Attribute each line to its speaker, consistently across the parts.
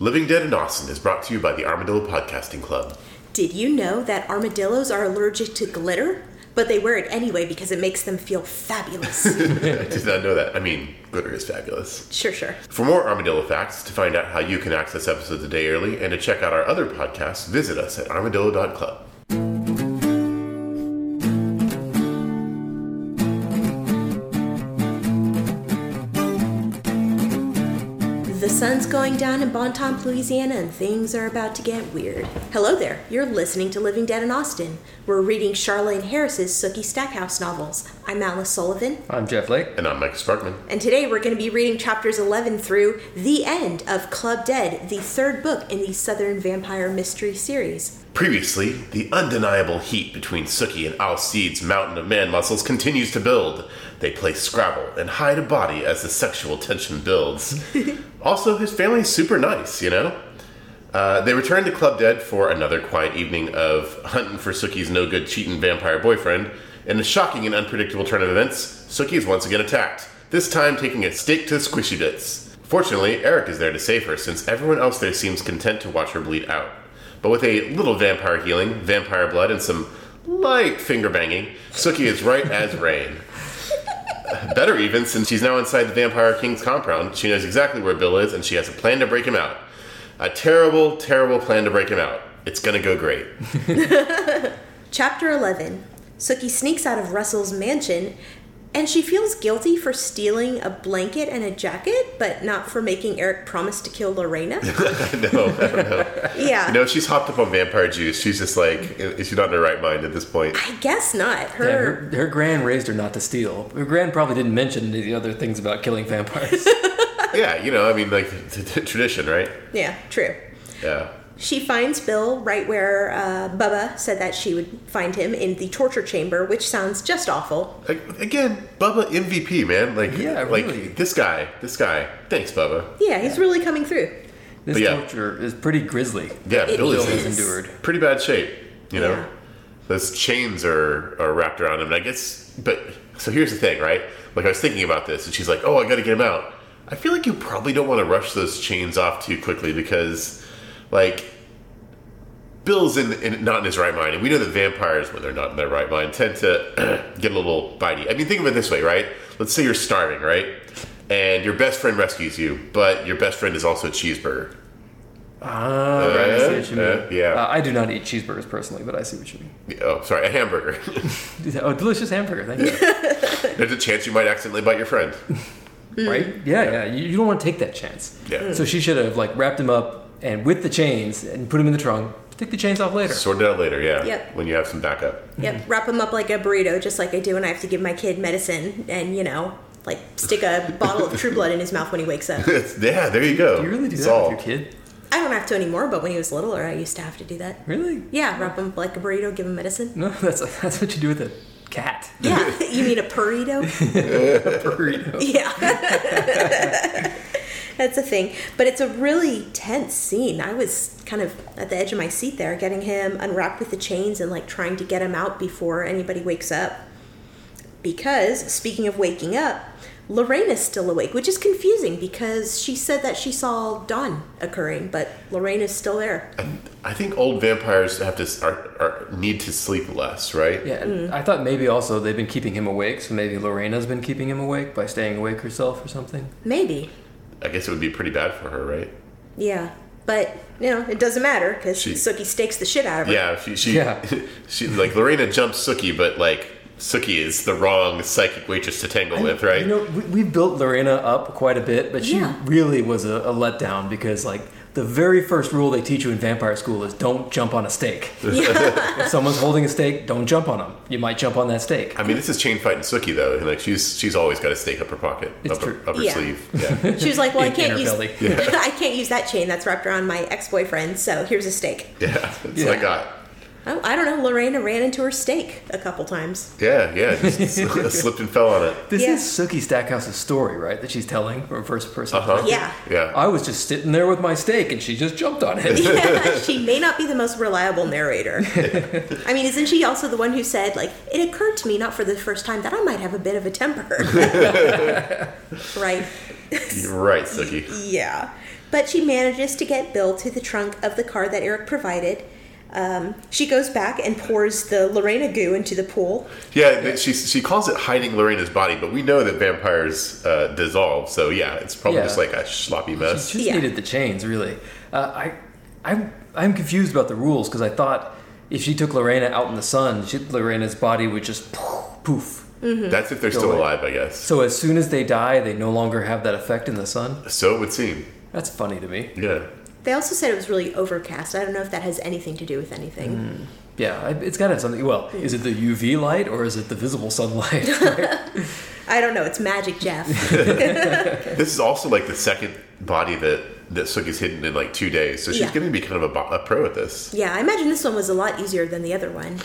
Speaker 1: Living Dead in Austin is brought to you by the Armadillo Podcasting Club.
Speaker 2: Did you know that armadillos are allergic to glitter? But they wear it anyway because it makes them feel fabulous.
Speaker 1: I did not know that. I mean, glitter is fabulous.
Speaker 2: sure, sure.
Speaker 1: For more Armadillo facts, to find out how you can access episodes a day early, and to check out our other podcasts, visit us at armadillo.club.
Speaker 2: The sun's going down in Bonton, Louisiana, and things are about to get weird. Hello there. You're listening to Living Dead in Austin. We're reading Charlene Harris's Sookie Stackhouse novels. I'm Alice Sullivan,
Speaker 3: I'm Jeff Lake.
Speaker 1: And I'm Mike Sparkman.
Speaker 2: and today we're going to be reading chapters 11 through the end of Club Dead, the third book in the Southern Vampire Mystery series.
Speaker 1: Previously, the undeniable heat between Sookie and Alcide's mountain of man muscles continues to build. They play Scrabble and hide a body as the sexual tension builds. also, his family's super nice, you know? Uh, they return to Club Dead for another quiet evening of hunting for Sookie's no good cheating vampire boyfriend. In a shocking and unpredictable turn of events, Sookie is once again attacked, this time taking a stick to squishy bits. Fortunately, Eric is there to save her since everyone else there seems content to watch her bleed out. But with a little vampire healing, vampire blood, and some light finger banging, Sookie is right as rain. Better even, since she's now inside the Vampire King's compound. She knows exactly where Bill is, and she has a plan to break him out. A terrible, terrible plan to break him out. It's gonna go great.
Speaker 2: Chapter 11 Sookie sneaks out of Russell's mansion and she feels guilty for stealing a blanket and a jacket, but not for making Eric promise to kill Lorena.
Speaker 1: no,
Speaker 2: yeah.
Speaker 1: no, she's hopped up on vampire juice. She's just like, is she not in her right mind at this point?
Speaker 2: I guess not.
Speaker 3: Yeah,
Speaker 2: Her
Speaker 3: her, her grand raised her not to steal. Her grand probably didn't mention any of the other things about killing vampires.
Speaker 1: Yeah, you know, I mean, like t- t- tradition, right?
Speaker 2: Yeah, true.
Speaker 1: Yeah.
Speaker 2: She finds Bill right where uh, Bubba said that she would find him in the torture chamber, which sounds just awful.
Speaker 1: Like, again, Bubba MVP, man. Like,
Speaker 3: Yeah,
Speaker 1: like
Speaker 3: really.
Speaker 1: this guy, this guy. Thanks, Bubba.
Speaker 2: Yeah, Mm-hmm. he's really coming through.
Speaker 3: this
Speaker 1: But yeah.
Speaker 3: torture is pretty grisly.
Speaker 1: Yeah,
Speaker 2: It
Speaker 1: Bill
Speaker 3: Bill
Speaker 1: is
Speaker 2: is.
Speaker 3: has endured.
Speaker 1: pretty bad shape. You know,
Speaker 2: Yeah.
Speaker 1: those chains are are wrapped around him. And I guess, but so here's the thing, right? Like I was thinking about this, and she's like, "Oh, I got to get him out." I feel like you probably don't want to rush those chains off too quickly because, like, Bill's in, in not in his right mind, and we know that vampires, when they're not in their right mind, tend to get a little bitey. I mean, think of it this way, right? Let's say you're starving, right? And your best friend rescues you, but your best friend is also a cheeseburger.
Speaker 3: Ah, right, I see what you mean.
Speaker 1: Uh, yeah.
Speaker 3: Uh, I do not eat cheeseburgers personally, but I see what you mean.
Speaker 1: Oh, sorry, a hamburger.
Speaker 3: Oh, delicious hamburger, thank you.
Speaker 1: There's a chance you might accidentally bite your friend.
Speaker 3: right? Yeah, yeah. You, you don't want to take that chance.
Speaker 1: Yeah.
Speaker 3: So she should have like wrapped him up and with the chains and put him in the trunk. Take the chains off later.
Speaker 1: Sort it out later, yeah.
Speaker 2: Yep.
Speaker 1: When you have some backup.
Speaker 2: Yep, wrap him up like a burrito, just like I do when I have to give my kid medicine and, you know, like stick a bottle of true blood in his mouth when he wakes up.
Speaker 1: It's- yeah, there you go.
Speaker 3: You really do
Speaker 1: It's
Speaker 3: that
Speaker 1: all.
Speaker 3: with your kid?
Speaker 2: I don't have to anymore, but when he was littler, I used to have to do that.
Speaker 3: Really?
Speaker 2: Yeah, wrap him like a burrito, give him medicine.
Speaker 3: No, that's that's what you do with a cat.
Speaker 2: Yeah, you mean a burrito?
Speaker 3: Burrito.
Speaker 2: Yeah. That's a thing. But it's a really tense scene. I was kind of at the edge of my seat there, getting him unwrapped with the chains and like trying to get him out before anybody wakes up. Because, speaking of waking up, Lorena's still awake, which is confusing because she said that she saw dawn occurring, but Lorena's still there.
Speaker 1: I think old vampires have to s- are, are, need to sleep less, right?
Speaker 3: Yeah, and
Speaker 2: Mm-hmm.
Speaker 3: I thought maybe also they've been keeping him awake, so maybe Lorena's been keeping him awake by staying awake herself or something.
Speaker 2: Maybe.
Speaker 1: I guess it would be pretty bad for her, right?
Speaker 2: Yeah, but you know it doesn't matter because
Speaker 1: She-
Speaker 2: Sookie stakes the shit out of her.
Speaker 1: Yeah, she, she,
Speaker 3: Yeah.
Speaker 1: she like Lorena jumps Sookie, but like Sookie is the wrong psychic waitress to tangle with, right?
Speaker 3: You know, we, we built Lorena up quite a bit, but she
Speaker 2: Yeah.
Speaker 3: really was a, a letdown because, like, the very first rule they teach you in vampire school is don't jump on a stake. if someone's holding a stake, don't jump on them. You might jump on that stake.
Speaker 1: I mean, this is chain fighting Sookie though, and like she's she's always got a stake up her pocket,
Speaker 3: It's
Speaker 1: up, her-
Speaker 3: true.
Speaker 1: up her
Speaker 2: Yeah.
Speaker 1: sleeve. Yeah,
Speaker 2: She was like, "Well, I
Speaker 3: In-
Speaker 2: can't
Speaker 3: inner
Speaker 2: use
Speaker 3: belly.
Speaker 2: I can't use that chain that's wrapped around my ex-boyfriend, so here's a stake."
Speaker 1: yeah, that's
Speaker 3: Yeah.
Speaker 1: what I got.
Speaker 2: Oh, I don't know. Lorena ran into her stake a couple times.
Speaker 1: Yeah, yeah, just s- slipped and fell on it.
Speaker 3: This
Speaker 2: Yeah.
Speaker 3: is Sookie Stackhouse's story, right? That she's telling from first person.
Speaker 1: Uh-huh.
Speaker 3: perspective.
Speaker 2: Yeah.
Speaker 1: Yeah.
Speaker 3: I was just sitting there with my stake and she just jumped on it.
Speaker 2: she may not be the most reliable narrator. I mean, isn't she also the one who said, like, it occurred to me, not for the first time, that I might have a bit of a temper? right?
Speaker 1: You're right, Sookie.
Speaker 2: Yeah. But she manages to get Bill to the trunk of the car that Eric provided. Um, she goes back and pours the Lorena goo into the pool.
Speaker 1: Yeah, but she she calls it hiding Lorena's body, but we know that vampires uh, dissolve, so yeah, it's probably
Speaker 3: Yeah.
Speaker 1: just like a sloppy mess.
Speaker 3: She just
Speaker 2: Yeah.
Speaker 3: needed the chains, really. Uh, I, I'm, I'm confused about the rules because I thought if she took Lorena out in the sun, she, Lorena's body would just poof. poof.
Speaker 2: Mm.
Speaker 1: That's if they're still
Speaker 3: away.
Speaker 1: alive, I guess.
Speaker 3: So as soon as they die, they no longer have that effect in the sun.
Speaker 1: So it would seem.
Speaker 3: That's funny to me.
Speaker 1: Yeah.
Speaker 2: They also said it was really overcast. I don't know if that has anything to do with anything.
Speaker 3: Yeah, I- it's got to have something. Well, is it the UV light or is it the visible sunlight? Right?
Speaker 2: I don't know. It's magic, Jeff.
Speaker 1: This is also like the second body that that Sook is hidden in like two days, so she's
Speaker 2: Yeah.
Speaker 1: going to be kind of a, bo- a pro at this.
Speaker 2: yeah, I imagine this one was a lot easier than the other one.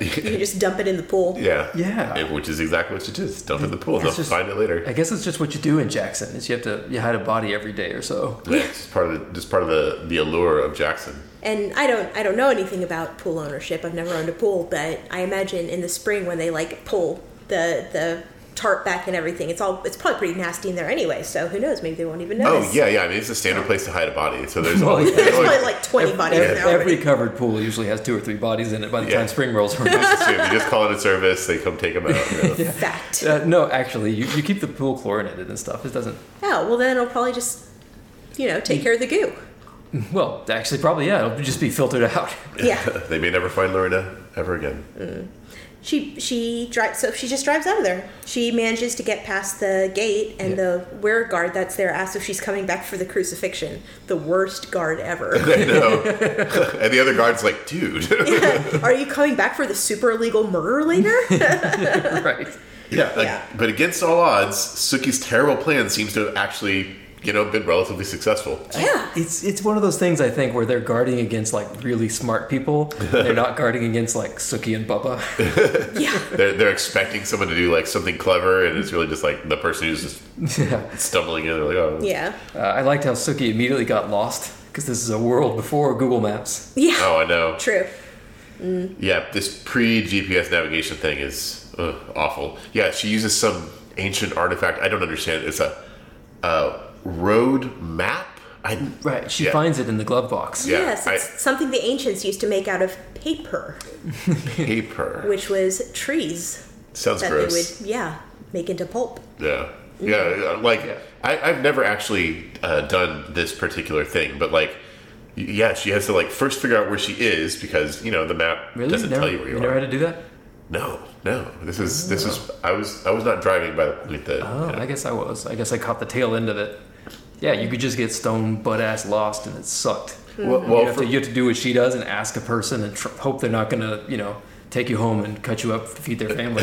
Speaker 2: You just dump it in the pool.
Speaker 1: yeah.
Speaker 3: Yeah.
Speaker 1: And- Which is exactly what she does. Dump it in the pool. and They'll
Speaker 3: It's just-
Speaker 1: find it later.
Speaker 3: I guess it's just what you do in Jackson. Is you have to you hide a body every day or so.
Speaker 1: Yeah, it's part of the, just part of the, the allure of Jackson.
Speaker 2: And I don't I don't know anything about pool ownership. I've never owned a pool, but I imagine in the spring when they like pull the the tarp back and everything, it's all it's probably pretty nasty in there anyway. So who knows? Maybe they won't even
Speaker 1: Oh
Speaker 2: notice.
Speaker 1: yeah, yeah. I mean, it's a standard place to hide a body. So there's
Speaker 3: Well,
Speaker 1: always,
Speaker 3: Oh, yeah.
Speaker 2: There's
Speaker 1: there's always
Speaker 2: probably like twenty bodies in
Speaker 3: Every,
Speaker 2: there. already.
Speaker 3: every covered pool usually has two or three bodies in it by the
Speaker 1: Yeah.
Speaker 3: time spring rolls around.
Speaker 1: assume. You just call in a service. They come take them out. you know.
Speaker 2: fact.
Speaker 3: Uh, no, actually, you, you keep the pool chlorinated and stuff. It doesn't.
Speaker 2: Oh well, then it'll probably just you know take care of the goo.
Speaker 3: Well, actually, probably yeah. It'll just be filtered out.
Speaker 2: Yeah,
Speaker 1: they may never find Lorena ever again.
Speaker 2: she she drives so she just drives out of there. She manages to get past the gate and the wear guard that's there asks if she's coming back for the crucifixion. The worst guard ever.
Speaker 1: I know. and the other guard's like, dude.
Speaker 2: Are you coming back for the super illegal murder later?
Speaker 3: right.
Speaker 1: yeah, like-
Speaker 2: Yeah.
Speaker 1: But against all odds, Suki's terrible plan seems to have actually, you know, been relatively successful.
Speaker 2: yeah.
Speaker 3: It's it's one of those things I think where they're guarding against like really smart people. They're not guarding against like Suki and Bubba.
Speaker 2: Yeah.
Speaker 1: They're, they're expecting someone to do like something clever, and it's really just like the person who's just
Speaker 3: yeah.
Speaker 1: stumbling in. They're like, oh,
Speaker 2: Yeah.
Speaker 3: Uh, I liked how Suki immediately got lost because this is a world before Google Maps.
Speaker 2: Yeah.
Speaker 1: oh, I know.
Speaker 2: True.
Speaker 1: Yeah, this pre GPS navigation thing is ugh, awful. Yeah, she uses some ancient artifact. I don't understand. It's a, a road map. I,
Speaker 3: Right. She
Speaker 1: Yeah.
Speaker 3: finds it in the glove box.
Speaker 1: Yeah,
Speaker 2: yes,
Speaker 1: I-
Speaker 2: it's something the ancients used to make out of paper,
Speaker 1: paper
Speaker 2: which was trees
Speaker 1: sounds
Speaker 2: that
Speaker 1: gross.
Speaker 2: they would yeah make into pulp.
Speaker 1: Yeah. Yeah, like
Speaker 3: Yeah.
Speaker 1: I, I've never actually uh, done this particular thing, but like, y- yeah, she has to like first figure out where she is because you know the map
Speaker 3: Really?
Speaker 1: doesn't
Speaker 3: never,
Speaker 1: tell you where you,
Speaker 3: never
Speaker 1: are.
Speaker 3: had to do that?
Speaker 1: No, no, this is this is I was I was not driving by the with the.
Speaker 3: Oh,
Speaker 1: yeah.
Speaker 3: I guess I was. I guess I caught the tail end of it. Yeah, you could just get stone butt ass lost, and it sucked.
Speaker 1: well,
Speaker 3: Mm-hmm. you,
Speaker 1: well
Speaker 3: have
Speaker 1: for,
Speaker 3: to, you have to do what she does and ask a person and tr- hope they're not gonna, you know, take you home and cut you up to feed their family.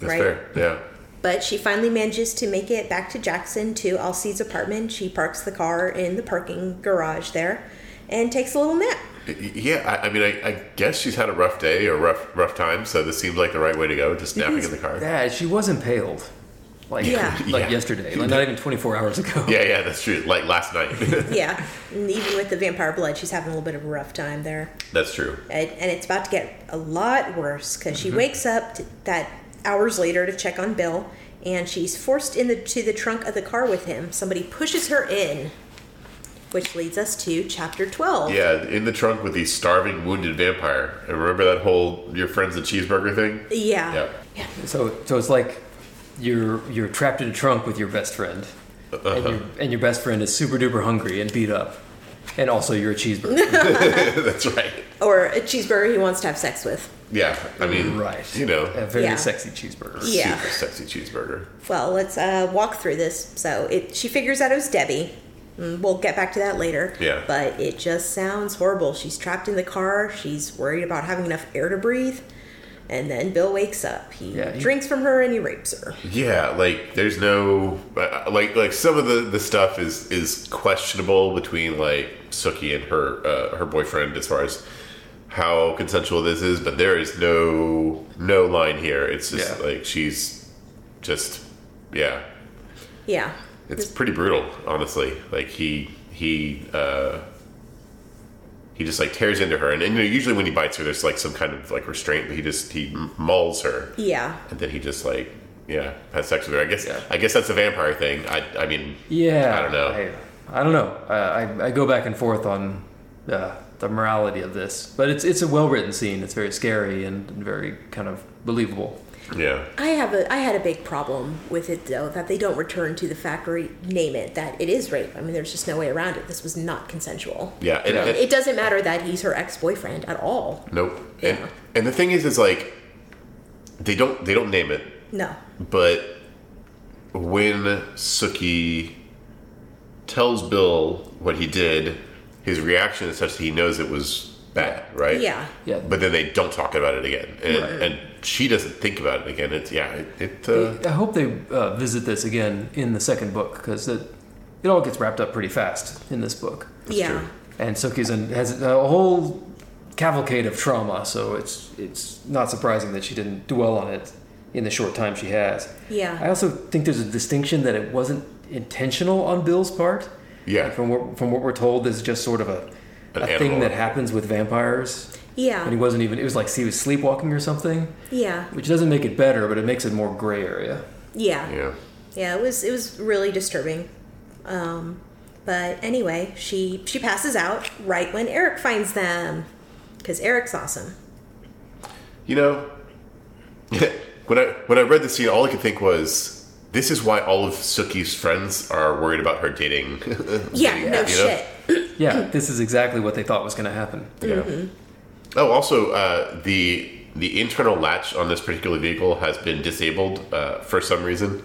Speaker 1: that's
Speaker 2: Right.
Speaker 1: fair. Yeah,
Speaker 2: But she finally manages to make it back to Jackson to Alcide's apartment. She parks the car in the parking garage there and takes a little nap.
Speaker 1: Y- y- yeah. I, I mean, I, I guess she's had a rough day or rough rough time, so this seems like the right way to go. Just napping in the car.
Speaker 3: yeah, she was impaled, like
Speaker 2: Yeah.
Speaker 3: like
Speaker 1: Yeah.
Speaker 3: yesterday, like not even 24 hours ago.
Speaker 1: Yeah, yeah, that's true. Like last night,
Speaker 2: Yeah. And even with the vampire blood, she's having a little bit of a rough time there.
Speaker 1: that's true.
Speaker 2: And, and it's about to get a lot worse because she wakes up t that hours later to check on Bill, and she's forced in the to the trunk of the car with him. Somebody pushes her in, which leads us to chapter twelve.
Speaker 1: Yeah, in the trunk with the starving, wounded vampire. And remember that whole your friend's a cheeseburger thing?
Speaker 2: Yeah.
Speaker 1: Yeah.
Speaker 2: Yeah.
Speaker 3: So so it's like you're you're trapped in a trunk with your best friend,
Speaker 1: Uh-huh.
Speaker 3: and, your, and your best friend is super duper hungry and beat up, and also you're a cheeseburger.
Speaker 1: That's right.
Speaker 2: Or a cheeseburger he wants to have sex with.
Speaker 1: Yeah, I mean,
Speaker 3: right.
Speaker 1: You know,
Speaker 3: a very
Speaker 2: Yeah.
Speaker 3: sexy cheeseburger.
Speaker 2: Yeah.
Speaker 1: super sexy cheeseburger.
Speaker 2: Well, let's uh, walk through this. So it, she figures out it was Debbie. Mm, We'll get back to that later.
Speaker 1: Yeah.
Speaker 2: But it just sounds horrible. She's trapped in the car. She's worried about having enough air to breathe. And then Bill wakes up. He
Speaker 3: Yeah, he-
Speaker 2: drinks from her and he rapes her.
Speaker 1: Yeah, like there's no uh, like like some of the the stuff is is questionable between like Suki and her uh, her boyfriend as far as how consensual this is, but there is no no line here. It's just
Speaker 3: Yeah.
Speaker 1: like she's just yeah,
Speaker 2: Yeah.
Speaker 1: It's pretty brutal, honestly. Like he he uh, he just like tears into her, and, and you know, usually when he bites her, there's like some kind of like restraint, but he just he m- mauls her,
Speaker 2: Yeah.
Speaker 1: and then he just like Yeah, had sex with her. I guess.
Speaker 3: Yeah.
Speaker 1: I guess that's a vampire thing. I. I mean.
Speaker 3: Yeah.
Speaker 1: I don't know.
Speaker 3: I, I don't know. Uh, I, I go back and forth on uh, the morality of this, but it's it's a well written scene. It's very scary and very kind of believable.
Speaker 1: Yeah.
Speaker 2: I have a I had a big problem with it though that they don't return to the factory name it that it is rape. I mean, there's just no way around it. This was not consensual.
Speaker 1: Yeah. and-
Speaker 2: And
Speaker 1: and-
Speaker 2: it doesn't matter that he's her ex boyfriend at all.
Speaker 1: Nope.
Speaker 2: Yeah.
Speaker 1: And, and the thing is, is like they don't they don't name it,
Speaker 2: No.
Speaker 1: but when Suki tells Bill what he did, his reaction is such that he knows it was bad, right?
Speaker 2: Yeah.
Speaker 3: Yeah.
Speaker 1: But then they don't talk about it again, and,
Speaker 3: Right.
Speaker 1: and she doesn't think about it again. It's yeah, it. it uh,
Speaker 3: I hope they uh, visit this again in the second book because it it all gets wrapped up pretty fast in this book.
Speaker 2: yeah.
Speaker 1: true.
Speaker 3: And Suki's in, has a whole cavalcade of trauma, so it's it's not surprising that she didn't dwell on it in the short time she has.
Speaker 2: Yeah.
Speaker 3: I also think there's a distinction that it wasn't intentional on Bill's part.
Speaker 1: Yeah.
Speaker 3: Like, from what, from what we're told, this is just sort of a,
Speaker 1: An
Speaker 3: a thing
Speaker 1: animal.
Speaker 3: that happens with vampires. And he
Speaker 2: Yeah.
Speaker 3: wasn't even. It was like he was sleepwalking or something,
Speaker 2: Yeah.
Speaker 3: which doesn't make it better, but it makes it more gray area.
Speaker 2: Yeah.
Speaker 1: yeah.
Speaker 2: Yeah, it was it was really disturbing. Um, but anyway, she she passes out right when Eric finds them because Eric's awesome.
Speaker 1: You know, when I when I read the scene, all I could think was, "This is why all of Suki's friends are worried about her dating."
Speaker 2: Yeah,
Speaker 1: dating
Speaker 2: no
Speaker 1: app, you know?
Speaker 2: shit.
Speaker 3: Yeah, this is exactly what they thought was going to happen.
Speaker 1: Yeah. Oh, also uh, the the internal latch on this particular vehicle has been disabled uh, for some reason,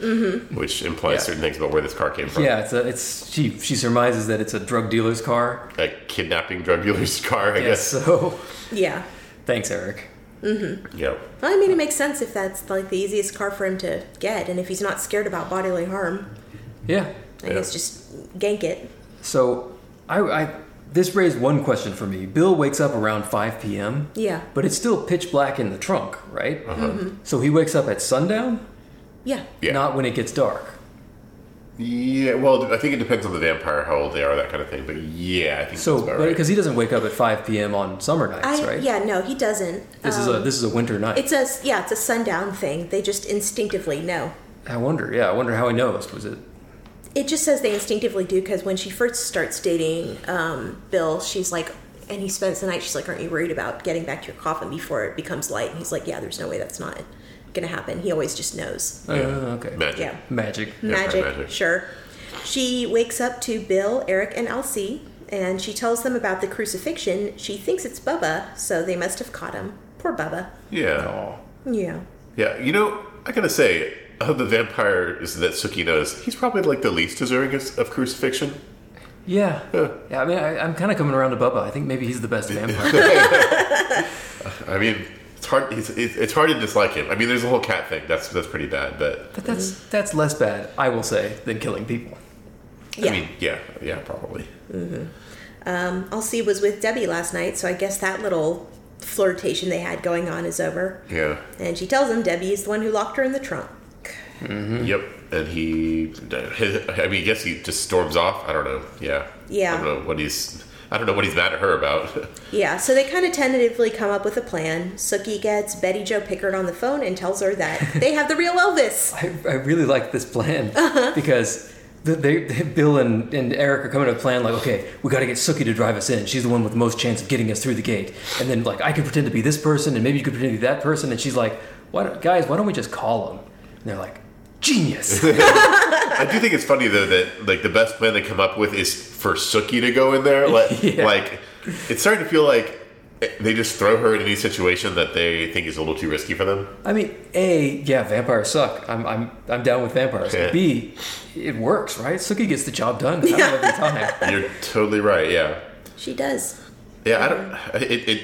Speaker 1: which implies
Speaker 3: Mm-hmm. Yeah.
Speaker 1: certain things about where this car came from.
Speaker 3: Yeah, it's a, it's she she surmises that it's a drug dealer's car.
Speaker 1: A kidnapping drug dealer's car, I
Speaker 3: Yeah, so
Speaker 2: Yeah.
Speaker 3: thanks, Eric.
Speaker 1: guess. Yeah.
Speaker 2: Well, I mean, it makes sense if that's like the easiest car for him to get, and if he's not scared about bodily harm,
Speaker 3: Yeah.
Speaker 2: I
Speaker 1: Yeah.
Speaker 2: guess just gank it.
Speaker 3: So I, I this raised one question for me. Bill wakes up around 5 p.m.
Speaker 2: Yeah.
Speaker 3: But it's still pitch black in the trunk, right? So he wakes up at sundown,
Speaker 2: Yeah.
Speaker 1: Uh-huh. Yeah.
Speaker 3: not when it gets dark.
Speaker 1: yeah. Well, I think it depends on the vampire, how old they are, that kind of thing. But yeah, I think
Speaker 3: So
Speaker 1: that's about right.
Speaker 3: because he doesn't wake up at 5 p.m. on summer nights,
Speaker 2: I
Speaker 3: right?
Speaker 2: yeah no he doesn't.
Speaker 3: This
Speaker 2: Um,
Speaker 3: is a this is a winter night.
Speaker 2: it's a yeah it's a sundown thing. They just instinctively know.
Speaker 3: I wonder. Yeah, I wonder how he knows. Was it?
Speaker 2: It just says they instinctively do because when she first starts dating um, Bill, she's like, and he spends the night. She's like, "Aren't you worried about getting back to your coffin before it becomes light?" And he's like, "Yeah, there's no way that's not gonna happen. He always just knows."
Speaker 3: Uh, okay.
Speaker 1: Magic.
Speaker 2: Yeah,
Speaker 3: Magic.
Speaker 2: magic,
Speaker 1: magic.
Speaker 2: Sure. She wakes up to Bill, Eric, and Elsie, and she tells them about the crucifixion. She thinks it's Bubba, so they must have caught him. Poor Bubba.
Speaker 1: Yeah.
Speaker 3: Oh.
Speaker 2: Yeah.
Speaker 1: Yeah, you know, I gotta say, of the vampires that Suki knows, he's probably like the least deserving of, of crucifixion.
Speaker 3: Yeah.
Speaker 1: Huh.
Speaker 3: Yeah. I mean, I, I'm kind of coming around to Bubba. I think maybe he's the best vampire.
Speaker 1: I mean, it's hard. It's, it's it's hard to dislike him. I mean, there's a whole cat thing. That's that's pretty bad. But
Speaker 3: but that's that's less bad, I will say, than killing people.
Speaker 2: Yeah. Um,
Speaker 1: I mean, yeah, yeah, probably.
Speaker 2: Elsie was with Debbie last night, so I guess that little flirtation they had going on is over.
Speaker 1: Yeah.
Speaker 2: And she tells him Debbie is the one who locked her in the trunk.
Speaker 1: Hmm. Yep. And he, I mean, I guess he just storms off. I don't know. Yeah.
Speaker 2: Yeah.
Speaker 1: I don't know what he's. I don't know what he's mad at her about.
Speaker 2: Yeah, so they kind of tentatively come up with a plan. Sookie gets Betty Joe Pickard on the phone and tells her that they have the real Elvis.
Speaker 3: I, I really like this plan because the, they, they- Bill and, and Eric are coming to a plan like, okay, we got to get Sookie to drive us in. She's the one with the most chance of getting us through the gate. And then like, I can pretend to be this person, and maybe you could pretend to be that person. And she's like, why don't, guys, why don't we just call him? And they're like, genius.
Speaker 1: I do think it's funny though that like the best plan they come up with is for Suki to go in there. Like,
Speaker 3: Yeah.
Speaker 1: like it's starting to feel like they just throw her in any situation that they think is a little too risky for them.
Speaker 3: I mean, a yeah, vampires suck. I'm I'm I'm down with vampires.
Speaker 1: Yeah.
Speaker 3: B, it works, right? Sookie gets the job done kind of every time.
Speaker 1: You're totally right. Yeah.
Speaker 2: She does.
Speaker 1: Yeah. I don't. It. it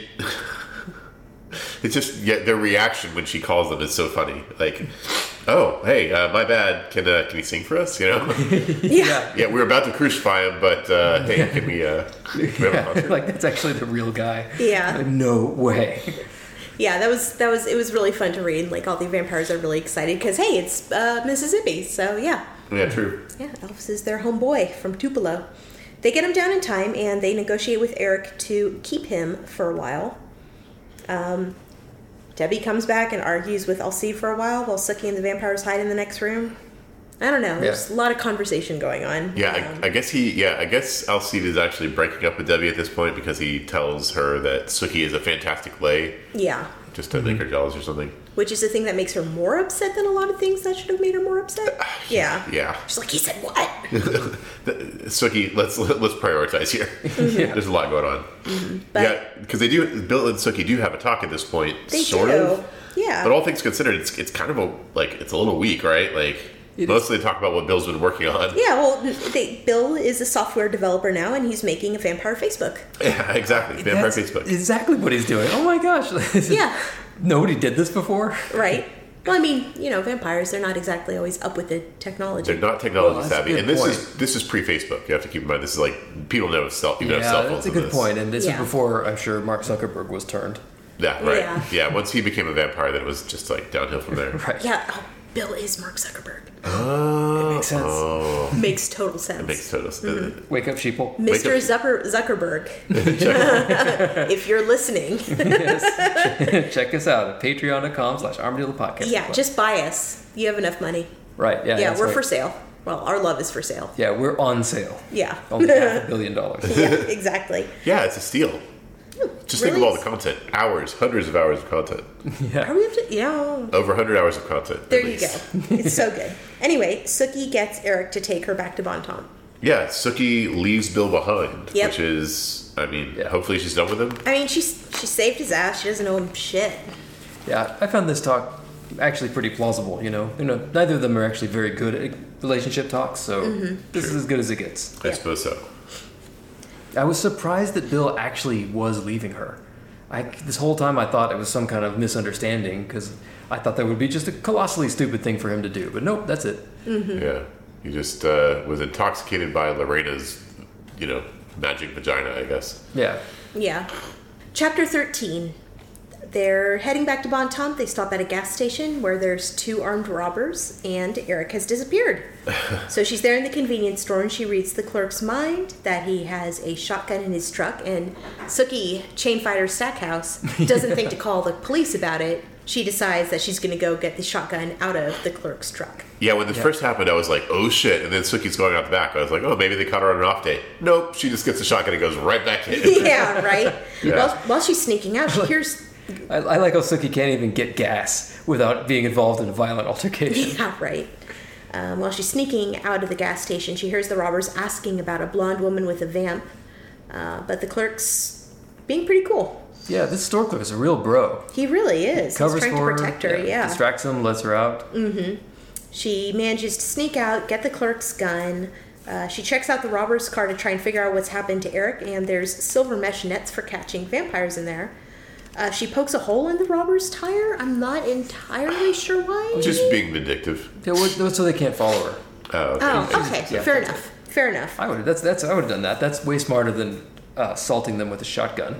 Speaker 1: It's just yeah, their reaction when she calls them is so funny. Like, oh, hey, uh, my bad. Can uh, can you sing for us? You know,
Speaker 2: Yeah.
Speaker 1: yeah, we were about to crucify him, but uh, hey, can we? Uh, can we have a
Speaker 3: Yeah,
Speaker 1: concert?
Speaker 3: like that's actually the real guy.
Speaker 2: Yeah.
Speaker 3: No way.
Speaker 2: Yeah, that was that was it was really fun to read. Like all the vampires are really excited because hey, it's uh, Mississippi, so yeah,
Speaker 1: Yeah, true.
Speaker 2: yeah. Elvis is their homeboy from Tupelo. They get him down in time, and they negotiate with Eric to keep him for a while. Um, Debbie comes back and argues with Elsie for a while while Suki and the vampires hide in the next room. I don't know. There's a lot of conversation going on.
Speaker 1: Yeah,
Speaker 2: Um,
Speaker 1: I, I guess he. Yeah, I guess Alcide is actually breaking up with Debbie at this point because he tells her that Suki is a fantastic lay,
Speaker 2: yeah.
Speaker 1: just to
Speaker 3: Mm-hmm.
Speaker 1: make her jealous or something.
Speaker 2: Which is the thing that makes her more upset than a lot of things that should have made her more upset. Yeah.
Speaker 1: Uh, Yeah,
Speaker 2: She's like, he said what?
Speaker 1: Suki, let's let's prioritize here.
Speaker 3: Yeah.
Speaker 1: There's a lot going on.
Speaker 2: But
Speaker 1: yeah, because they do. Bill and Suki do have a talk at this point,
Speaker 2: they
Speaker 1: sort
Speaker 2: do. Uh,
Speaker 1: of.
Speaker 2: Yeah.
Speaker 1: But all things considered, it's it's kind of a like it's a little weak, right? Like
Speaker 3: It
Speaker 1: mostly they talk about what Bill's been working on.
Speaker 2: yeah, well, they, Bill is a software developer now, and he's making a vampire Facebook.
Speaker 1: Yeah, exactly. Vampire
Speaker 3: That's
Speaker 1: Facebook.
Speaker 3: Exactly what he's doing. Oh my gosh.
Speaker 2: Yeah.
Speaker 3: Nobody did this before.
Speaker 2: Right? Well, I mean, you know, vampires, they're not exactly always up with the technology.
Speaker 1: They're not technology
Speaker 3: Well, that's a
Speaker 1: savvy,
Speaker 3: good
Speaker 1: and this
Speaker 3: point.
Speaker 1: is this is pre Facebook. You have to keep in mind this is like people don't have cell even have
Speaker 3: yeah,
Speaker 1: cell phones.
Speaker 3: that's a
Speaker 1: in
Speaker 3: good
Speaker 1: this.
Speaker 3: point. And this
Speaker 2: Yeah.
Speaker 3: is before I'm sure Mark Zuckerberg was turned.
Speaker 1: Yeah, right.
Speaker 2: Yeah.
Speaker 1: Yeah. once he became a vampire, then it was just like downhill from there.
Speaker 3: Right.
Speaker 2: yeah, oh, Bill is Mark Zuckerberg.
Speaker 1: Oh,
Speaker 3: Makes sense.
Speaker 1: Oh,
Speaker 2: Makes total sense.
Speaker 1: makes total sense.
Speaker 2: Mm-hmm.
Speaker 3: Wake up, sheeple.
Speaker 1: Make
Speaker 2: Mr.
Speaker 1: a-
Speaker 2: Zucker- Zuckerberg, if you're listening,
Speaker 3: yes. Check us out at patreon.com slash armadillo podcast.
Speaker 2: yeah, just buy us. You have enough money.
Speaker 3: Right. Yeah.
Speaker 2: Yeah,
Speaker 3: that's
Speaker 2: we're
Speaker 3: right.
Speaker 2: for sale. Well, our love is for sale.
Speaker 3: Yeah, we're on sale.
Speaker 2: Yeah.
Speaker 3: Only half a billion dollars.
Speaker 2: yeah, exactly.
Speaker 1: Yeah, it's a steal. Just think of all the content. Hours, hundreds of hours of content.
Speaker 2: Are we up to? Yeah.
Speaker 1: Over 100 hours of content. at
Speaker 2: There you
Speaker 1: least.
Speaker 2: go. It's so good. Anyway, Suki gets Eric to take her back to Bonton.
Speaker 1: Yeah, Suki leaves Bill behind,
Speaker 2: Yep.
Speaker 1: which is, I mean,
Speaker 3: Yeah.
Speaker 1: hopefully she's done with him.
Speaker 2: I mean, she's she saved his ass. She doesn't owe him shit.
Speaker 3: Yeah, I found this talk actually pretty plausible. You know, you know, neither of them are actually very good at relationship talks, so
Speaker 2: Mm-hmm.
Speaker 3: this is as good as it gets.
Speaker 1: I
Speaker 2: Yeah.
Speaker 1: suppose so.
Speaker 3: I was surprised that Bill actually was leaving her. I, this whole time I thought it was some kind of misunderstanding because I thought that would be just a colossally stupid thing for him to do. But nope, that's it.
Speaker 2: Mm-hmm.
Speaker 1: Yeah. He just uh, was intoxicated by Lorena's, you know, magic vagina, I guess.
Speaker 3: Yeah,
Speaker 2: Yeah. Chapter 13. They're heading back to Bonton. They stop at a gas station where there's two armed robbers, and Eric has disappeared. so she's there in the convenience store and she reads the clerk's mind that he has a shotgun in his truck. And Suki, chain fighter Stackhouse, doesn't think to call the police about it. She decides that she's going to go get the shotgun out of the clerk's truck.
Speaker 1: Yeah, when this first happened, I was like, oh shit. And then Suki's going out the back. I was like, oh, maybe they caught her on an off day. Nope, she just gets a shotgun and goes right back in.
Speaker 2: yeah, right?
Speaker 1: Yeah.
Speaker 2: While, while she's sneaking out, she hears.
Speaker 3: I, I like how Suki can't even get gas without being involved in a violent altercation.
Speaker 2: Yeah, right. Um, while she's sneaking out of the gas station, she hears the robbers asking about a blonde woman with a vamp, uh, but the clerk's being pretty cool.
Speaker 3: yeah, this store clerk is a real bro.
Speaker 2: He really is.
Speaker 3: Covers
Speaker 2: He's trying
Speaker 3: for
Speaker 2: to protect her, yeah. Mm.
Speaker 3: Distracts him, lets her out.
Speaker 2: She manages to sneak out, get the clerk's gun. Uh, she checks out the robber's car to try and figure out what's happened to Eric, and there's silver mesh nets for catching vampires in there. Uh, she pokes a hole in the robber's tire. I'm not entirely sure why.
Speaker 1: just being vindictive.
Speaker 3: Yeah, what, so they can't follow her.
Speaker 1: Oh, okay.
Speaker 2: Oh, okay.
Speaker 3: Yeah.
Speaker 2: Fair enough. Fair enough.
Speaker 3: I would that's that's I would have done that. That's way smarter than uh, assaulting them with a shotgun.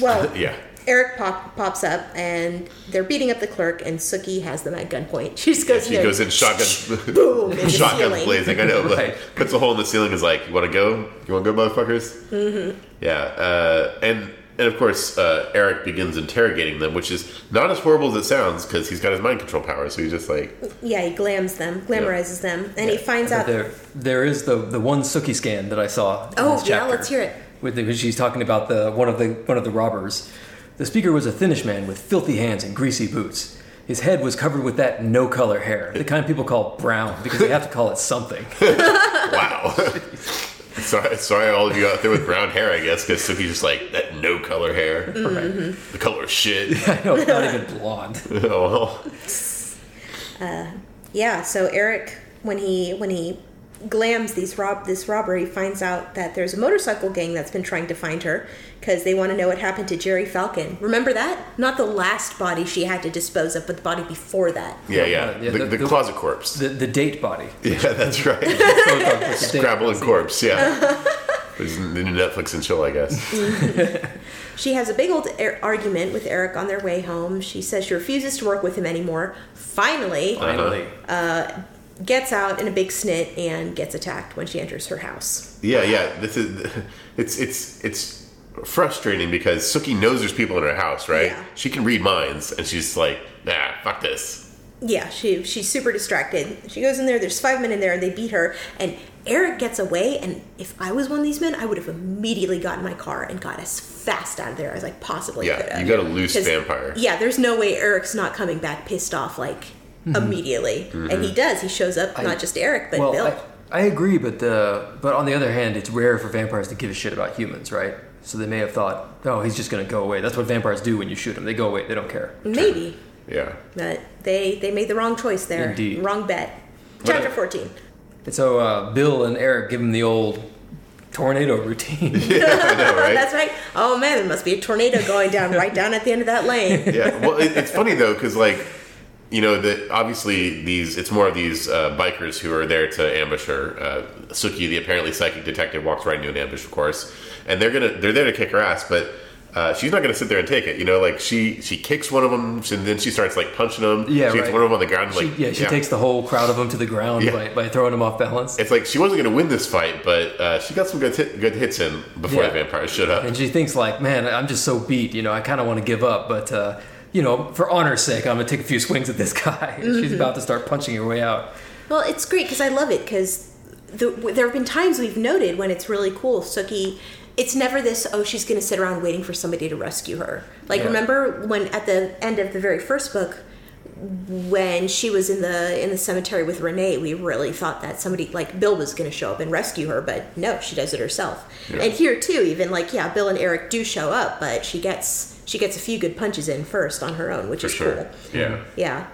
Speaker 2: Well,
Speaker 1: Yeah.
Speaker 2: Eric pop, pops up and they're beating up the clerk, and Suki has them at gunpoint. She just goes,
Speaker 1: She
Speaker 2: in there,
Speaker 1: goes in shotgun,
Speaker 2: boom, in the
Speaker 1: shotgun
Speaker 2: ceiling.
Speaker 1: blazing. I know, but
Speaker 3: Right.
Speaker 1: puts a hole in the ceiling. Is like, you want to go? You want to go, motherfuckers? Mm-hmm. Yeah, uh, and and of course, uh, Eric begins interrogating them, which is not as horrible as it sounds because he's got his mind control power. So he's just like,
Speaker 2: Yeah, he glams them, glamorizes them, and he finds
Speaker 3: But
Speaker 2: out.
Speaker 3: there there is the the one Suki scan that I saw. in
Speaker 2: Oh,
Speaker 3: this
Speaker 2: yeah,
Speaker 3: chapter,
Speaker 2: let's hear it.
Speaker 3: With the, when she's talking about the one of the one of the robbers. The speaker was a thinnish man with filthy hands and greasy boots. His head was covered with that no color hair, the kind people call brown because they have to call it something.
Speaker 1: wow. sorry, sorry, all of you out there with brown hair, I guess, because Suki's just like that no color hair, the color of shit.
Speaker 3: I know, not even blonde.
Speaker 1: oh, well.
Speaker 2: Yeah, so Eric, when he when he glams these rob this robbery, finds out that there's a motorcycle gang that's been trying to find her because they want to know what happened to Jerry Falcon. Remember that? Not the last body she had to dispose of, but the body before that.
Speaker 1: yeah, yeah, the,
Speaker 3: Yeah, the-
Speaker 1: the,
Speaker 3: the-
Speaker 1: closet corpse.
Speaker 3: The the date body.
Speaker 1: yeah, that's right. Scrabble and Corpse, yeah. Which is the new Netflix and chill, I guess.
Speaker 2: She has a big old er- argument with Eric on their way home. She says she refuses to work with him anymore. Finally,
Speaker 3: Finally.
Speaker 2: gets out in a big snit and gets attacked when she enters her house.
Speaker 1: Yeah, yeah. This is it's it's it's frustrating because Suki knows there's people in her house, right?
Speaker 2: Yeah.
Speaker 1: She can read minds, and she's like, nah, fuck this.
Speaker 2: Yeah, she she's super distracted. She goes in there. There's five men in there, and they beat her. And Eric gets away. And if I was one of these men, I would have immediately gotten my car and got as fast out of there as I possibly
Speaker 1: Yeah,
Speaker 2: could. have.
Speaker 1: you got a loose
Speaker 2: 'Cause,
Speaker 1: vampire.
Speaker 2: Yeah, there's no way Eric's not coming back pissed off like immediately. And
Speaker 1: Mm-hmm.
Speaker 2: he does. He shows up not just Eric but Bill.
Speaker 3: Mm-hmm. well, I, I agree, but the but on the other hand, it's rare for vampires to give a shit about humans, right? So they may have thought, oh, he's just gonna go away. That's what vampires do when you shoot them; they go away. They don't care.
Speaker 2: Maybe,
Speaker 1: Yeah.
Speaker 2: but they they made the wrong choice there.
Speaker 3: Indeed.
Speaker 2: Wrong bet. Chapter
Speaker 1: Well-
Speaker 2: fourteen.
Speaker 3: And so uh, Bill and Eric give him the old tornado routine.
Speaker 1: Yeah, I know, right?
Speaker 2: That's right. Oh man, there must be a tornado going down right down at the end of that lane.
Speaker 1: yeah. Well, it, it's funny though, because like, you know, that obviously these it's more of these uh, bikers who are there to ambush her. Uh, Suki, the apparently psychic detective, walks right into an ambush, of course, and they're gonna they're there to kick her ass, but. Uh, she's not going to sit there and take it, you know. Like she, she kicks one of them, and then she starts like punching them.
Speaker 3: Yeah,
Speaker 1: she gets
Speaker 3: right.
Speaker 1: one of them on the ground.
Speaker 3: She,
Speaker 1: Like,
Speaker 3: yeah, she takes the whole crowd of them to the ground
Speaker 1: Yeah.
Speaker 3: by, by throwing them off balance.
Speaker 1: It's like she wasn't going to win this fight, but uh, she got some good hit, good hits in before
Speaker 3: Yeah.
Speaker 1: the vampires showed up.
Speaker 3: And she thinks like, man, I'm just so beat. You know, I kind of want to give up, but uh, you know, for honor's sake, I'm gonna take a few swings at this guy. And She's about to start punching her way out.
Speaker 2: Well, it's great because I love it because the, w- there have been times we've noted when it's really cool. Suki, it's never this, oh, she's going to sit around waiting for somebody to rescue her. Like,
Speaker 3: Yeah.
Speaker 2: remember when at the end of the very first book, when she was in the in the cemetery with Renee, we really thought that somebody like Bill was going to show up and rescue her, but no, she does it herself.
Speaker 1: Yeah.
Speaker 2: And here too, even like yeah, Bill and Eric do show up, but she gets she gets a few good punches in first on her own, which
Speaker 1: For
Speaker 2: is
Speaker 1: sure.
Speaker 2: cool.
Speaker 1: Yeah.
Speaker 2: Yeah.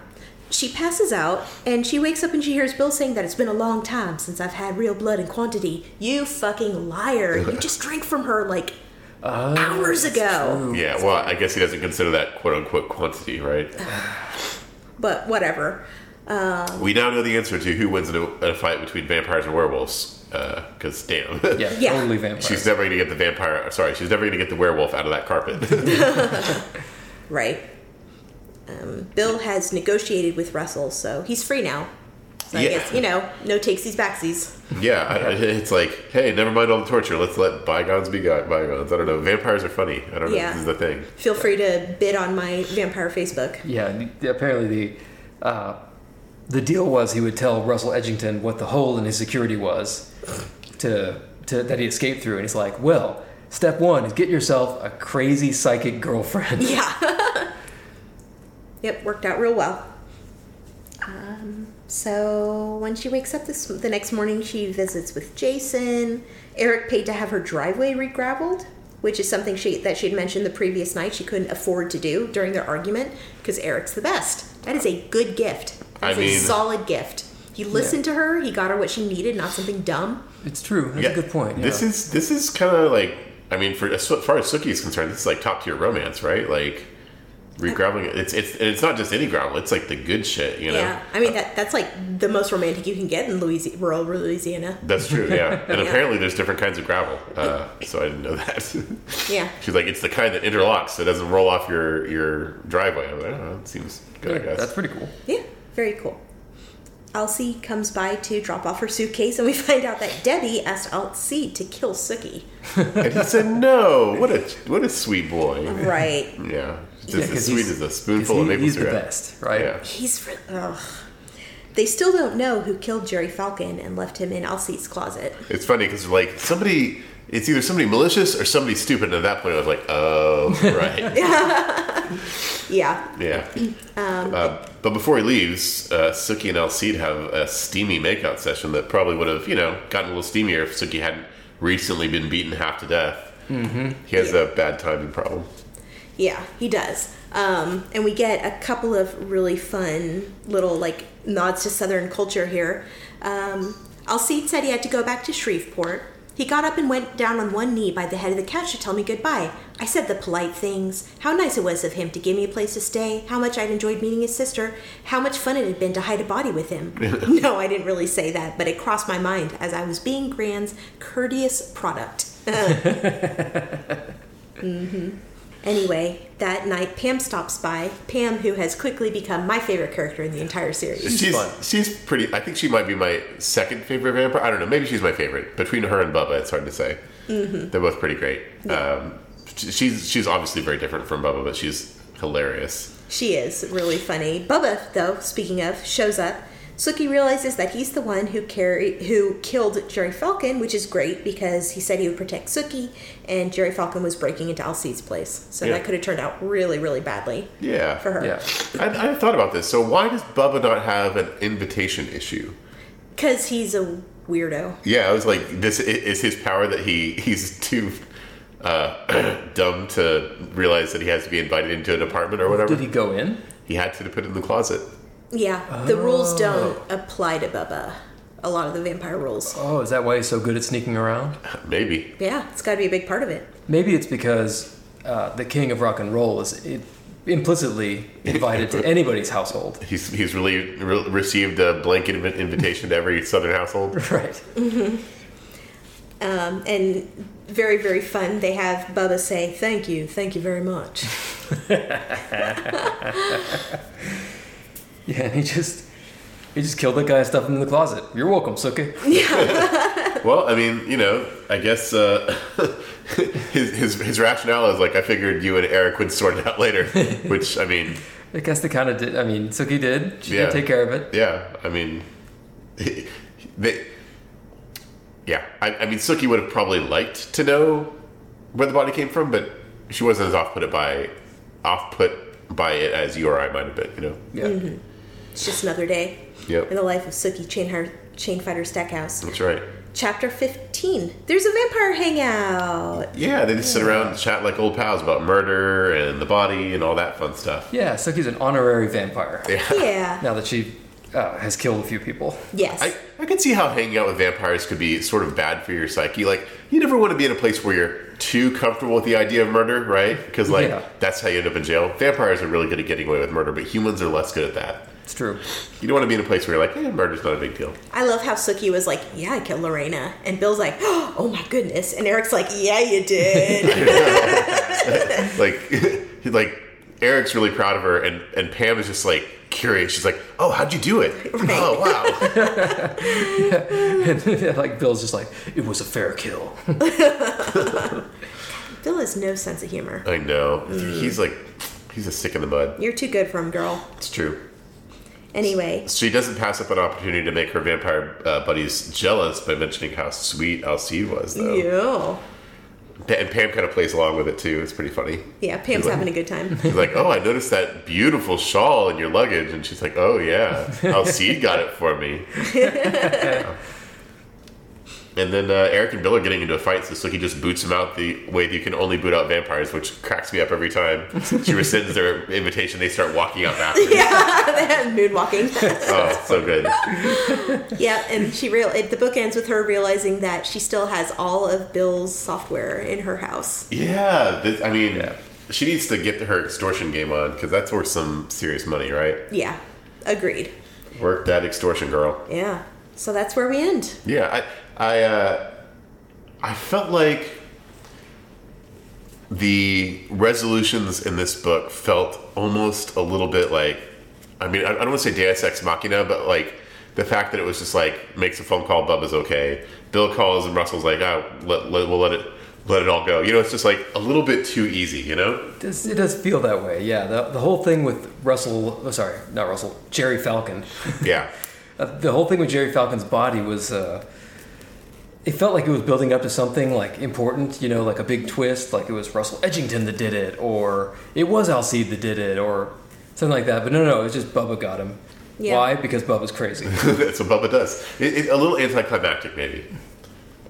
Speaker 2: She passes out and she wakes up and she hears Bill saying that it's been a long time since I've had real blood in quantity. You fucking liar. You just drank from her like hours ago.
Speaker 1: Yeah. Well, I guess he doesn't consider that quote unquote quantity, right?
Speaker 2: But whatever.
Speaker 1: We now know the answer to who wins in a, in a fight between vampires and werewolves. Because damn,
Speaker 3: Yeah,
Speaker 2: Yeah.
Speaker 3: totally vampire.
Speaker 1: she's never going to get the vampire. Sorry, she's never going to get the werewolf out of that carpet.
Speaker 2: Right. Um, Bill has negotiated with Russell, so he's free now. So I
Speaker 1: Yeah.
Speaker 2: guess, you know, no takesies backsies.
Speaker 1: yeah, I- I- it's like, hey, never mind all the torture. Let's let bygones be go- bygones. I don't know. Vampires are funny. I don't know.
Speaker 2: Yeah.
Speaker 1: This is the thing.
Speaker 2: Feel free to bid on my vampire Facebook.
Speaker 3: Yeah, and the- apparently the uh, the deal was he would tell Russell Edgington what the hole in his security was to, to that he escaped through, and he's like, "Well, step one is get yourself a crazy psychic girlfriend."
Speaker 2: Yeah. yep, worked out real well. Um, so when she wakes up this the next morning, she visits with Jason. Eric paid to have her driveway regravelled, which is something she that she had mentioned the previous night she couldn't afford to do during their argument because Eric's the best. That is a good gift. That's
Speaker 1: I
Speaker 2: a
Speaker 1: mean-
Speaker 2: solid gift. He listened to her. He got her what she needed, not something dumb.
Speaker 3: It's true. That's a good point.
Speaker 1: This
Speaker 3: yeah.
Speaker 1: is this is kind of like I mean, for as far as Suki is concerned, this is like top tier romance, right? Like regraveling it. It's it's and it's not just any gravel. It's like the good shit, you know.
Speaker 2: Yeah, I mean that that's like the most romantic you can get in Louisiana, rural Louisiana.
Speaker 1: That's true, yeah. And apparently, there's different kinds of gravel. Uh, so I didn't know that.
Speaker 2: Yeah.
Speaker 1: She's like, it's the kind that interlocks, so it doesn't roll off your your driveway. I'm like, oh, it seems good, I
Speaker 3: Yeah,
Speaker 1: guess.
Speaker 3: that's pretty cool.
Speaker 2: Yeah, very cool. Elsie comes by to drop off her suitcase, and we find out that Debbie asked Elsie to kill Suki.
Speaker 1: and he said, no. What a what a sweet boy.
Speaker 2: Right.
Speaker 1: Yeah. Just
Speaker 3: Yeah, 'cause
Speaker 1: as sweet
Speaker 3: he's-
Speaker 1: as a
Speaker 3: 'Cause
Speaker 1: spoonful of
Speaker 3: he-
Speaker 1: maple
Speaker 3: he's the
Speaker 1: syrup.
Speaker 3: best, right?
Speaker 1: Yeah.
Speaker 2: He's. Re- ugh. They still don't know who killed Jerry Falcon and left him in Elsie's closet.
Speaker 1: It's funny because like somebody, it's either somebody malicious or somebody stupid. And at that point, I was like, oh right,
Speaker 2: Yeah.
Speaker 1: yeah. uh, but before he leaves, uh, Suki and Alcide have a steamy makeout session that probably would have you know gotten a little steamier if Suki hadn't recently been beaten half to death. Mm-hmm. He has a bad timing problem.
Speaker 2: Yeah, he does. Um, and we get a couple of really fun little like nods to Southern culture here. Um, Alcide said he had to go back to Shreveport. He got up and went down on one knee by the head of the couch to tell me goodbye. I said the polite things, how nice it was of him to give me a place to stay, how much I'd enjoyed meeting his sister, how much fun it had been to hide a body with him. no, I didn't really say that, but it crossed my mind as I was being Grand's courteous product. Anyway, that night Pam stops by. Pam, who has quickly become my favorite character in the entire series.
Speaker 1: She's
Speaker 3: fun.
Speaker 1: she's pretty. I think she might be my second favorite vampire. I don't know. Maybe she's my favorite between her and Bubba. It's hard to say. They're both pretty great. Um, she's she's obviously very different from Bubba, but she's hilarious.
Speaker 2: She is really funny. Bubba, though, speaking of, shows up. Sookie realizes that he's the one who carry who killed Jerry Falcon, which is great because he said he would protect Sookie, and Jerry Falcon was breaking into Alcide's place, so
Speaker 1: Yeah.
Speaker 2: that could have turned out really, really badly
Speaker 1: Yeah,
Speaker 2: for her.
Speaker 3: Yeah.
Speaker 1: I, I thought about this. So why does Bubba not have an invitation issue?
Speaker 2: Because he's a weirdo.
Speaker 1: Yeah, I was like, this i- is his power that he he's too uh, dumb to realize that he has to be invited into an apartment or whatever.
Speaker 3: Did
Speaker 1: He-,
Speaker 3: he go in?
Speaker 1: had to put it in the closet.
Speaker 2: Yeah, the rules don't apply to Bubba. A lot of the vampire rules.
Speaker 3: Oh, is that why he's so good at sneaking around?
Speaker 1: Maybe.
Speaker 2: Yeah, it's got to be a big part of it.
Speaker 3: Maybe it's because uh, the king of rock and roll is i implicitly invited to anybody's household.
Speaker 1: He's, he's really re- received a blanket invi- invitation to every southern household.
Speaker 3: Right.
Speaker 2: Um, and very, very fun. They have Bubba say, "Thank you, thank you very much."
Speaker 3: Yeah, and he just he just killed that guy and stuffed him in the closet. You're welcome, Suki.
Speaker 1: Well, I mean, you know, I guess uh, his, his his rationale is like, I figured you and Eric would sort it out later. Which I mean,
Speaker 3: I guess they kind of did. I mean, Suki did. She
Speaker 1: Yeah.
Speaker 3: did take care of it.
Speaker 1: Yeah, I mean, they. Yeah, I, I mean, Suki would have probably liked to know where the body came from, but she wasn't as off put by off put by it as you or I might have been. You know.
Speaker 3: Yeah.
Speaker 2: It's just another day in
Speaker 1: Yep.
Speaker 2: the life of Sookie Chainhar- Chainfighter Stackhouse.
Speaker 1: That's right.
Speaker 2: Chapter 15. There's a vampire hangout.
Speaker 1: Yeah, they just sit around and chat like old pals about murder and the body and all that fun stuff.
Speaker 3: Yeah, Suki's an honorary vampire.
Speaker 2: Yeah.
Speaker 3: Now that she uh, has killed a few people.
Speaker 2: Yes.
Speaker 1: I, I can see how hanging out with vampires could be sort of bad for your psyche. Like, you never want to be in a place where you're too comfortable with the idea of murder, right? Because, like,
Speaker 3: Yeah.
Speaker 1: that's how you end up in jail. Vampires are really good at getting away with murder, but humans are less good at that.
Speaker 3: It's true.
Speaker 1: You don't want to be in a place where you're like, eh, murder's not a big deal.
Speaker 2: I love how Sookie was like, Yeah, I killed Lorena. And Bill's like, Oh my goodness. And Eric's like, Yeah, you did.
Speaker 1: Like, he- like Eric's really proud of her, and, and Pam is just like curious. She's like, oh, how'd you do it?
Speaker 2: Right.
Speaker 1: Oh, wow.
Speaker 3: And like Bill's just like, it was a fair kill.
Speaker 2: Bill has no sense of humor.
Speaker 1: I know. He's like, he's a stick in the mud.
Speaker 2: You're too good for him, girl.
Speaker 1: It's true.
Speaker 2: Anyway,
Speaker 1: She doesn't pass up an opportunity to make her vampire uh, buddies jealous by mentioning how sweet Alcide was, though.
Speaker 2: you.
Speaker 1: Pa- And Pam kind of plays along with it too. It's pretty funny.
Speaker 2: Yeah, Pam's having a good time.
Speaker 1: She's like, "Oh, I noticed that beautiful shawl in your luggage," and she's like, "Oh yeah, Alcide got it for me." and then uh, Eric and Bill are getting into a fight, so Sookie just boots him out the way that you can only boot out vampires, which cracks me up every time. She rescinds their invitation; they start walking out after.
Speaker 2: yeah, moonwalking.
Speaker 1: Oh, so good.
Speaker 2: yeah, and she real. It, the book ends with her realizing that she still has all of Bill's software in her house.
Speaker 1: Yeah, this, I mean,
Speaker 3: Yeah.
Speaker 1: she needs to get her extortion game on because that's worth some serious money, right?
Speaker 2: Yeah, agreed.
Speaker 1: Work that extortion, girl.
Speaker 2: Yeah, so that's where we end.
Speaker 1: Yeah, I, I, uh, I felt like the resolutions in this book felt almost a little bit like, I mean, I, I don't want to say Deus Ex Machina, but like the fact that it was just like makes a phone call, Bubba's okay. Bill calls and Russell's like, oh, let, let, we'll let it let it all go. You know, it's just like a little bit too easy. You know?
Speaker 3: It does, it does feel that way, yeah. The, the whole thing with Russell, oh, sorry, not Russell, Jerry Falcon.
Speaker 1: Yeah.
Speaker 3: Uh, the whole thing with Jerry Falcon's body was uh, it felt like it was building up to something like important, you know, like a big twist, like it was Russell Edgington that did it, or it was Alcide that did it, or something like that. But no, no, it was just Bubba got him.
Speaker 2: Yeah.
Speaker 3: Why? Because Bubba's crazy.
Speaker 1: That's what Bubba does. It, it, a little anticlimactic, maybe.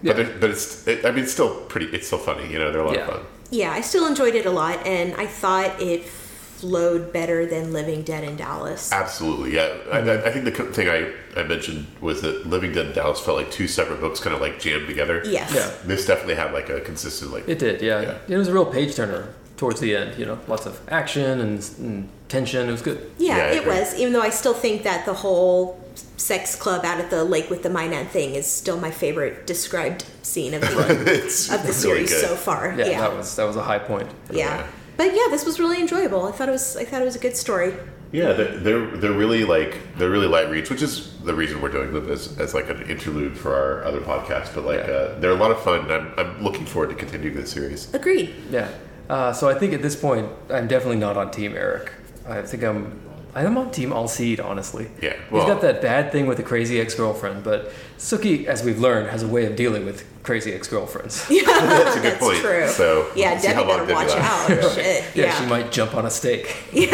Speaker 3: Yeah.
Speaker 1: But, it, but it's, it, I mean, it's still pretty, it's still funny. You know, they're a lot
Speaker 3: Yeah.
Speaker 1: of fun.
Speaker 2: Yeah, I still enjoyed it a lot, and I thought it flowed better than Living Dead in Dallas.
Speaker 1: Absolutely. Yeah. I,
Speaker 3: Mm-hmm.
Speaker 1: I- I think the co- thing I, I mentioned was that Living Dead in Dallas felt like two separate books kind of like jammed together.
Speaker 2: Yes.
Speaker 3: Yeah.
Speaker 1: This definitely had like a consistent, like,
Speaker 3: It did, yeah.
Speaker 1: Yeah.
Speaker 3: It was a real page turner towards the end, you know, lots of action and, and tension. It was good.
Speaker 2: Yeah,
Speaker 1: Yeah, I
Speaker 2: it
Speaker 1: agree.
Speaker 2: was. Even though I still think that the whole sex club out at the lake with the Minot thing is still my favorite described scene of the,
Speaker 1: it's
Speaker 2: of the
Speaker 1: really
Speaker 2: series
Speaker 1: good.
Speaker 2: so far.
Speaker 3: Yeah,
Speaker 2: Yeah.
Speaker 3: that was that was a high point.
Speaker 2: yeah.
Speaker 1: Yeah.
Speaker 2: But yeah, this was really enjoyable. I thought it was I thought it was a good story.
Speaker 1: Yeah, they're, they're they're really like they're really light reads, which is the reason we're doing them as, as like an interlude for our other podcast. But like
Speaker 3: Yeah.
Speaker 1: uh, they're a lot of fun, and I'm, I'm looking forward to continuing this series.
Speaker 2: Agreed.
Speaker 3: Yeah. Uh, so I think at this point, I'm definitely not on Team Eric. I think I'm. I'm on Team Alcide, honestly.
Speaker 1: Yeah,
Speaker 3: He's
Speaker 1: well-
Speaker 3: got that bad thing with a crazy ex-girlfriend, but Suki, as we've learned, has a way of dealing with crazy ex-girlfriends. Yeah,
Speaker 1: That's a good point.
Speaker 2: Ah, True.
Speaker 1: So
Speaker 2: yeah,
Speaker 1: see how
Speaker 2: Debbie
Speaker 1: long
Speaker 2: better
Speaker 1: Debbie
Speaker 2: watch
Speaker 1: lasts.
Speaker 2: out. Shit. Yeah.
Speaker 3: she might jump on a stake.
Speaker 1: Oops.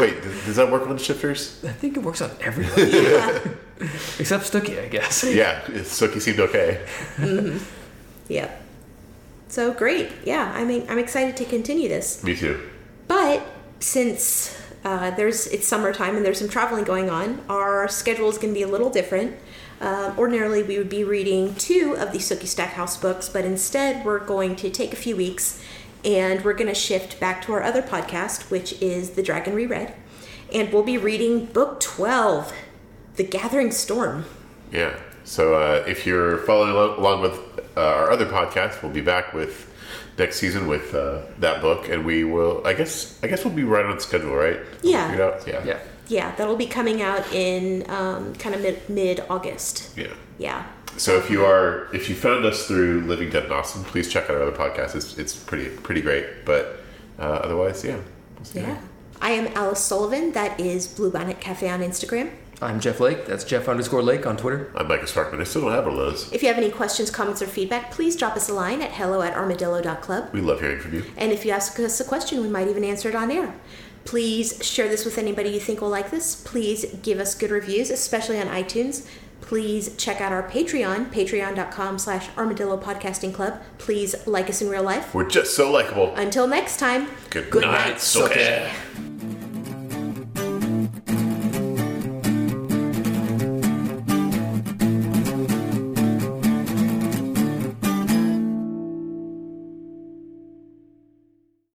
Speaker 1: Wait, does, does that work on shifters?
Speaker 3: I think it works on everyone except Stucky, I guess.
Speaker 1: Yeah, Suki seemed okay.
Speaker 2: Yep. So great. Yeah, I mean, I'm excited to continue this.
Speaker 1: Me too.
Speaker 2: But since uh, there's it's summertime and there's some traveling going on, our schedule is going to be a little different. Um, ordinarily, we would be reading two of the Sookie Stackhouse books, but instead, we're going to take a few weeks and we're going to shift back to our other podcast, which is The Dragon Reread. And we'll be reading book 12, The Gathering Storm.
Speaker 1: Yeah. So uh, if you're following alo- along with uh, our other podcast, we'll be back with next season with uh, that book, and we will. I guess. I guess we'll be right on schedule, right?
Speaker 2: Yeah.
Speaker 1: Figured out? Yeah.
Speaker 3: Yeah.
Speaker 2: Yeah, that'll be coming out in um, kind of mid August.
Speaker 1: Yeah.
Speaker 2: Yeah.
Speaker 1: So if you are, if you found us through Living Dead in Austin, please check out our other podcast. It's it's pretty pretty great. But uh, otherwise, yeah. We'll see you.
Speaker 2: Yeah. I am Alice Sullivan. That is Bluebonnet Cafe on Instagram.
Speaker 3: I'm Jeff Lake. That's Jeff underscore Lake on Twitter.
Speaker 1: I'm Michael Sparkman. I still don't have one of those.
Speaker 2: If you have any questions, comments, or feedback, please drop us a line at hello at armadillo.club.
Speaker 1: We love hearing from you.
Speaker 2: And if you ask us a question, we might even answer it on air. Please share this with anybody you think will like this. Please give us good reviews, especially on iTunes. Please check out our Patreon, patreon.com slash armadillo podcasting club. Please like us in real life.
Speaker 1: We're just so likable.
Speaker 2: Until next time,
Speaker 1: Good, night, sucker.